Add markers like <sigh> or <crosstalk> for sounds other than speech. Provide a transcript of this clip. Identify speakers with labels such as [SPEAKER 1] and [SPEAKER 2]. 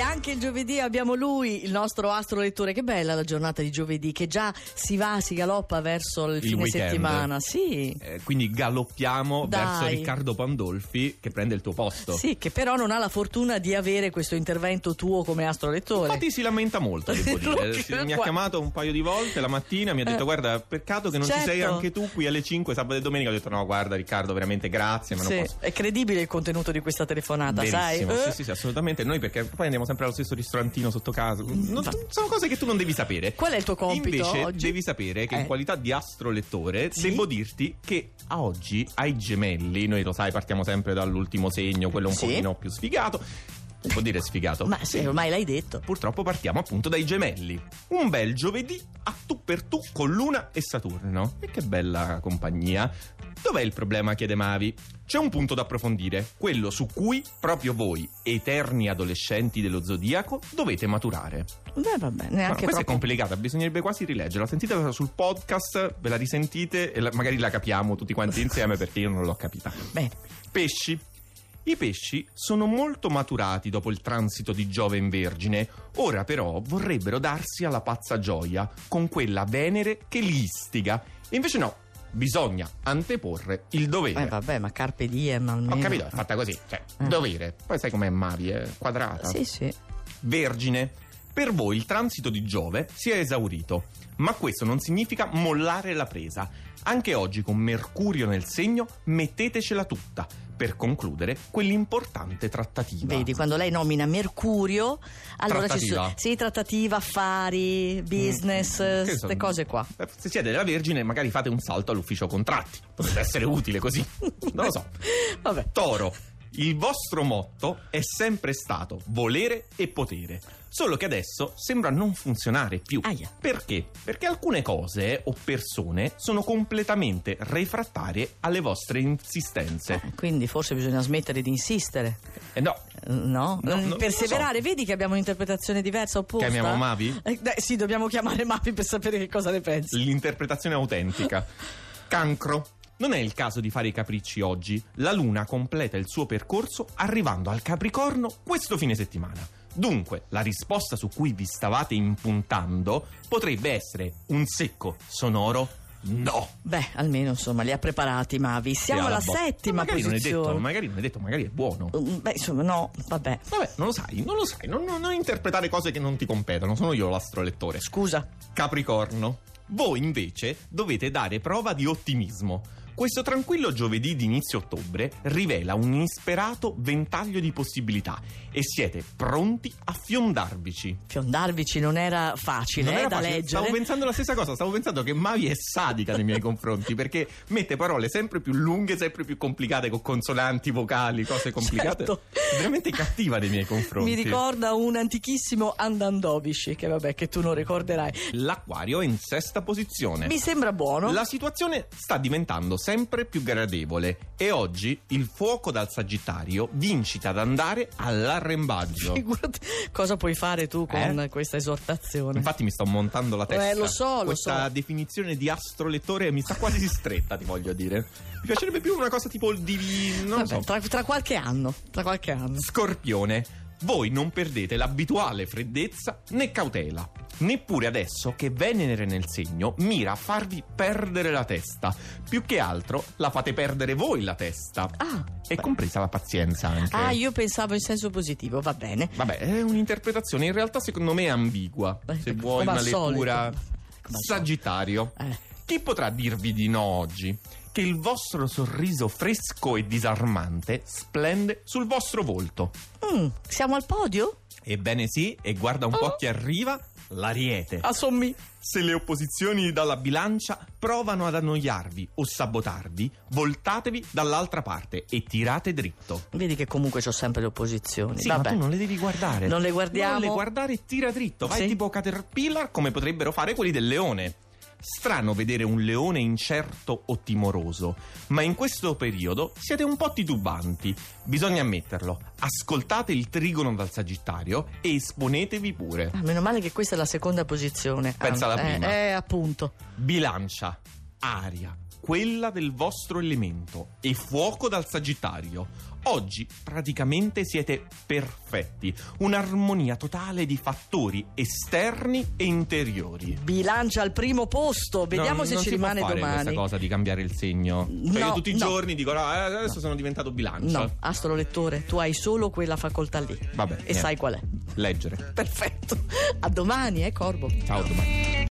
[SPEAKER 1] anche il giovedì abbiamo lui, il nostro astro lettore. Che bella la giornata di giovedì, che già si va, si galoppa verso il,
[SPEAKER 2] Il
[SPEAKER 1] fine
[SPEAKER 2] weekend.
[SPEAKER 1] settimana. Sì.
[SPEAKER 2] Eh, quindi galoppiamo
[SPEAKER 1] Dai.
[SPEAKER 2] verso Riccardo Pandolfi che prende il tuo posto.
[SPEAKER 1] Sì, che però non ha la fortuna di avere questo intervento tuo come astro lettore.
[SPEAKER 2] Infatti si lamenta molto, devo
[SPEAKER 1] <laughs> Lo
[SPEAKER 2] dire. Si- Mi ha
[SPEAKER 1] qua-
[SPEAKER 2] chiamato un paio di volte la mattina, mi ha detto
[SPEAKER 1] Eh.
[SPEAKER 2] guarda, peccato che non ci sei
[SPEAKER 1] Certo.
[SPEAKER 2] anche tu qui alle 5 sabato e domenica. Ho detto no, guarda Riccardo, veramente grazie, eh, ma
[SPEAKER 1] Sì,
[SPEAKER 2] non posso.
[SPEAKER 1] È credibile il contenuto di questa telefonata,
[SPEAKER 2] Verissimo,
[SPEAKER 1] sai?
[SPEAKER 2] sì,
[SPEAKER 1] Eh?
[SPEAKER 2] sì, sì, assolutamente. Noi perché poi andiamo sempre allo stesso ristorantino sotto casa. Non-
[SPEAKER 1] Va-
[SPEAKER 2] sono cose che tu non devi sapere.
[SPEAKER 1] Qual è il tuo compito
[SPEAKER 2] Invece
[SPEAKER 1] oggi?
[SPEAKER 2] devi sapere che
[SPEAKER 1] Eh.
[SPEAKER 2] in qualità di astrolettore
[SPEAKER 1] Sì?
[SPEAKER 2] devo dirti che a oggi ai gemelli, noi lo sai, partiamo sempre dall'ultimo segno, quello un
[SPEAKER 1] Sì.
[SPEAKER 2] pochino più sfigato. Si Può dire sfigato?
[SPEAKER 1] Ma sì, ormai l'hai detto.
[SPEAKER 2] Purtroppo partiamo appunto dai gemelli. Un bel giovedì a tu per tu con Luna e Saturno. E che bella compagnia. Dov'è il problema? chiede Mavi. C'è un punto da approfondire, quello su cui proprio voi, eterni adolescenti dello zodiaco, dovete maturare.
[SPEAKER 1] Beh, vabbè,
[SPEAKER 2] Ma
[SPEAKER 1] neanche
[SPEAKER 2] questa è
[SPEAKER 1] troppo.
[SPEAKER 2] complicata, bisognerebbe quasi rileggerla. Sentitela sul podcast, ve la risentite e la- magari la capiamo
[SPEAKER 1] <laughs>
[SPEAKER 2] tutti quanti insieme perché io non l'ho capita.
[SPEAKER 1] Beh,
[SPEAKER 2] Pesci. I pesci sono molto maturati dopo il transito di Giove in Vergine, ora però vorrebbero darsi alla pazza gioia con quella Venere che li istiga. E invece no, bisogna anteporre il dovere.
[SPEAKER 1] eh, vabbè, ma carpe diem almeno.
[SPEAKER 2] Ho capito, è fatta così, cioè,
[SPEAKER 1] Eh.
[SPEAKER 2] dovere. Poi sai com'è Mavi, è quadrata.
[SPEAKER 1] Sì, sì.
[SPEAKER 2] Vergine. Per voi il transito di Giove si è esaurito, ma questo non significa mollare la presa. Anche oggi con Mercurio nel segno mettetecela tutta per concludere quell'importante trattativa. Mm.
[SPEAKER 1] Vedi, quando lei nomina Mercurio, allora ci sono
[SPEAKER 2] Trattativa.
[SPEAKER 1] sì, trattativa, affari, business,
[SPEAKER 2] Mm, che
[SPEAKER 1] queste
[SPEAKER 2] so-
[SPEAKER 1] cose qua.
[SPEAKER 2] Eh, Se siete della Vergine magari fate un salto all'ufficio contratti, potrebbe essere utile così, non
[SPEAKER 1] <laughs>
[SPEAKER 2] lo so.
[SPEAKER 1] Vabbè.
[SPEAKER 2] Toro, il vostro motto è sempre stato volere e potere. Solo che adesso sembra non funzionare più.
[SPEAKER 1] Aia.
[SPEAKER 2] Perché? Perché alcune cose o persone sono completamente refrattarie alle vostre insistenze.
[SPEAKER 1] Eh, Quindi forse bisogna smettere di insistere,
[SPEAKER 2] E no,
[SPEAKER 1] eh, no?
[SPEAKER 2] No, no,
[SPEAKER 1] Perseverare, vedi che abbiamo un'interpretazione diversa opposta.
[SPEAKER 2] chiamiamo Mavi?
[SPEAKER 1] Eh, dai, sì, dobbiamo chiamare Mapi per sapere che cosa ne pensi.
[SPEAKER 2] L'interpretazione
[SPEAKER 1] <laughs>
[SPEAKER 2] autentica. Cancro. Non è il caso di fare i capricci oggi. La Luna completa il suo percorso arrivando al Capricorno questo fine settimana. Dunque, la risposta su cui vi stavate impuntando potrebbe essere un secco sonoro no.
[SPEAKER 1] Beh, almeno insomma, li ha preparati Mavi. Siamo
[SPEAKER 2] Sì,
[SPEAKER 1] alla
[SPEAKER 2] bo-
[SPEAKER 1] settima
[SPEAKER 2] Ma magari Non è detto,
[SPEAKER 1] posizione.
[SPEAKER 2] magari non è detto, magari è buono.
[SPEAKER 1] Mm, Beh, insomma, no, vabbè.
[SPEAKER 2] Vabbè, non lo sai, non lo sai, non, non- non interpretare cose che non ti competono, sono io l'astrolettore.
[SPEAKER 1] Scusa.
[SPEAKER 2] Capricorno, voi invece dovete dare prova di ottimismo. Questo tranquillo giovedì di inizio ottobre rivela un insperato ventaglio di possibilità e siete pronti a fiondarvici.
[SPEAKER 1] Fiondarvici non era facile
[SPEAKER 2] Non
[SPEAKER 1] eh,
[SPEAKER 2] era
[SPEAKER 1] da
[SPEAKER 2] facile,
[SPEAKER 1] leggere.
[SPEAKER 2] Stavo pensando la stessa cosa, stavo pensando che Mavi è sadica nei miei confronti perché mette parole sempre più lunghe, sempre più complicate con consonanti, vocali, cose complicate.
[SPEAKER 1] Certo.
[SPEAKER 2] È veramente cattiva nei miei confronti.
[SPEAKER 1] Mi ricorda un antichissimo Andandovici, che vabbè, che tu non ricorderai.
[SPEAKER 2] L'acquario è in sesta posizione.
[SPEAKER 1] Mi sembra buono.
[SPEAKER 2] Eh. La situazione sta diventando sempre più gradevole e oggi il fuoco dal Sagittario vi incita ad andare
[SPEAKER 1] <laughs>
[SPEAKER 2] all'arrembaggio.
[SPEAKER 1] Figurati cosa puoi fare tu con
[SPEAKER 2] Eh?
[SPEAKER 1] questa esortazione.
[SPEAKER 2] Infatti mi sto montando la testa.
[SPEAKER 1] Eh, lo so, lo
[SPEAKER 2] Questa
[SPEAKER 1] so.
[SPEAKER 2] definizione di astrolettore mi sta quasi stretta, ti voglio dire. Mi piacerebbe più una cosa tipo il divino, non lo
[SPEAKER 1] Vabbè,
[SPEAKER 2] so.
[SPEAKER 1] tra, tra qualche anno, tra qualche anno.
[SPEAKER 2] Scorpione, voi non perdete l'abituale freddezza né cautela. Neppure adesso che Venere nel segno mira a farvi perdere la testa. Più che altro la fate perdere voi la testa.
[SPEAKER 1] Ah,
[SPEAKER 2] E
[SPEAKER 1] beh.
[SPEAKER 2] compresa la pazienza anche.
[SPEAKER 1] Ah, io pensavo in senso positivo, va bene.
[SPEAKER 2] Vabbè, è un'interpretazione in realtà secondo me ambigua.
[SPEAKER 1] Beh,
[SPEAKER 2] Se
[SPEAKER 1] come
[SPEAKER 2] vuoi
[SPEAKER 1] al
[SPEAKER 2] una
[SPEAKER 1] solito.
[SPEAKER 2] lettura
[SPEAKER 1] Come al
[SPEAKER 2] Sagittario.
[SPEAKER 1] Eh.
[SPEAKER 2] Chi potrà dirvi di no oggi? Che il vostro sorriso fresco e disarmante splende sul vostro volto.
[SPEAKER 1] Mm, siamo al podio?
[SPEAKER 2] Ebbene sì, e guarda un
[SPEAKER 1] Ah.
[SPEAKER 2] po' chi arriva, l'ariete.
[SPEAKER 1] A sommi.
[SPEAKER 2] Se le opposizioni dalla bilancia provano ad annoiarvi o sabotarvi, voltatevi dall'altra parte e tirate dritto.
[SPEAKER 1] Vedi che comunque c'ho sempre le opposizioni.
[SPEAKER 2] Sì,
[SPEAKER 1] Vabbè.
[SPEAKER 2] ma tu non le devi guardare.
[SPEAKER 1] Non le guardiamo.
[SPEAKER 2] Non le guardare e tira dritto. Vai
[SPEAKER 1] Sì.
[SPEAKER 2] tipo caterpillar come potrebbero fare quelli del leone. Strano vedere un leone incerto o timoroso, ma in questo periodo siete un po' titubanti. Bisogna ammetterlo. Ascoltate il trigono dal Sagittario e esponetevi pure.
[SPEAKER 1] Ah, meno male che questa è la seconda posizione. Ah,
[SPEAKER 2] Pensa alla
[SPEAKER 1] eh,
[SPEAKER 2] prima.
[SPEAKER 1] Eh, appunto.
[SPEAKER 2] Bilancia, aria, quella del vostro elemento e fuoco dal Sagittario. Oggi praticamente siete perfetti, un'armonia totale di fattori esterni e interiori.
[SPEAKER 1] Bilancia al primo posto, vediamo
[SPEAKER 2] No,
[SPEAKER 1] se
[SPEAKER 2] non
[SPEAKER 1] ci
[SPEAKER 2] si può
[SPEAKER 1] rimane
[SPEAKER 2] fare
[SPEAKER 1] domani.
[SPEAKER 2] questa cosa di cambiare il segno.
[SPEAKER 1] No,
[SPEAKER 2] Perché tutti i
[SPEAKER 1] no.
[SPEAKER 2] giorni dicono "Eh, adesso sono diventato bilancia.
[SPEAKER 1] No, astrolettore, tu hai solo quella facoltà lì. <laughs>
[SPEAKER 2] Vabbè,
[SPEAKER 1] E
[SPEAKER 2] niente.
[SPEAKER 1] sai qual è.
[SPEAKER 2] Leggere.
[SPEAKER 1] Perfetto. A domani, eh, Corbo.
[SPEAKER 2] Ciao domani.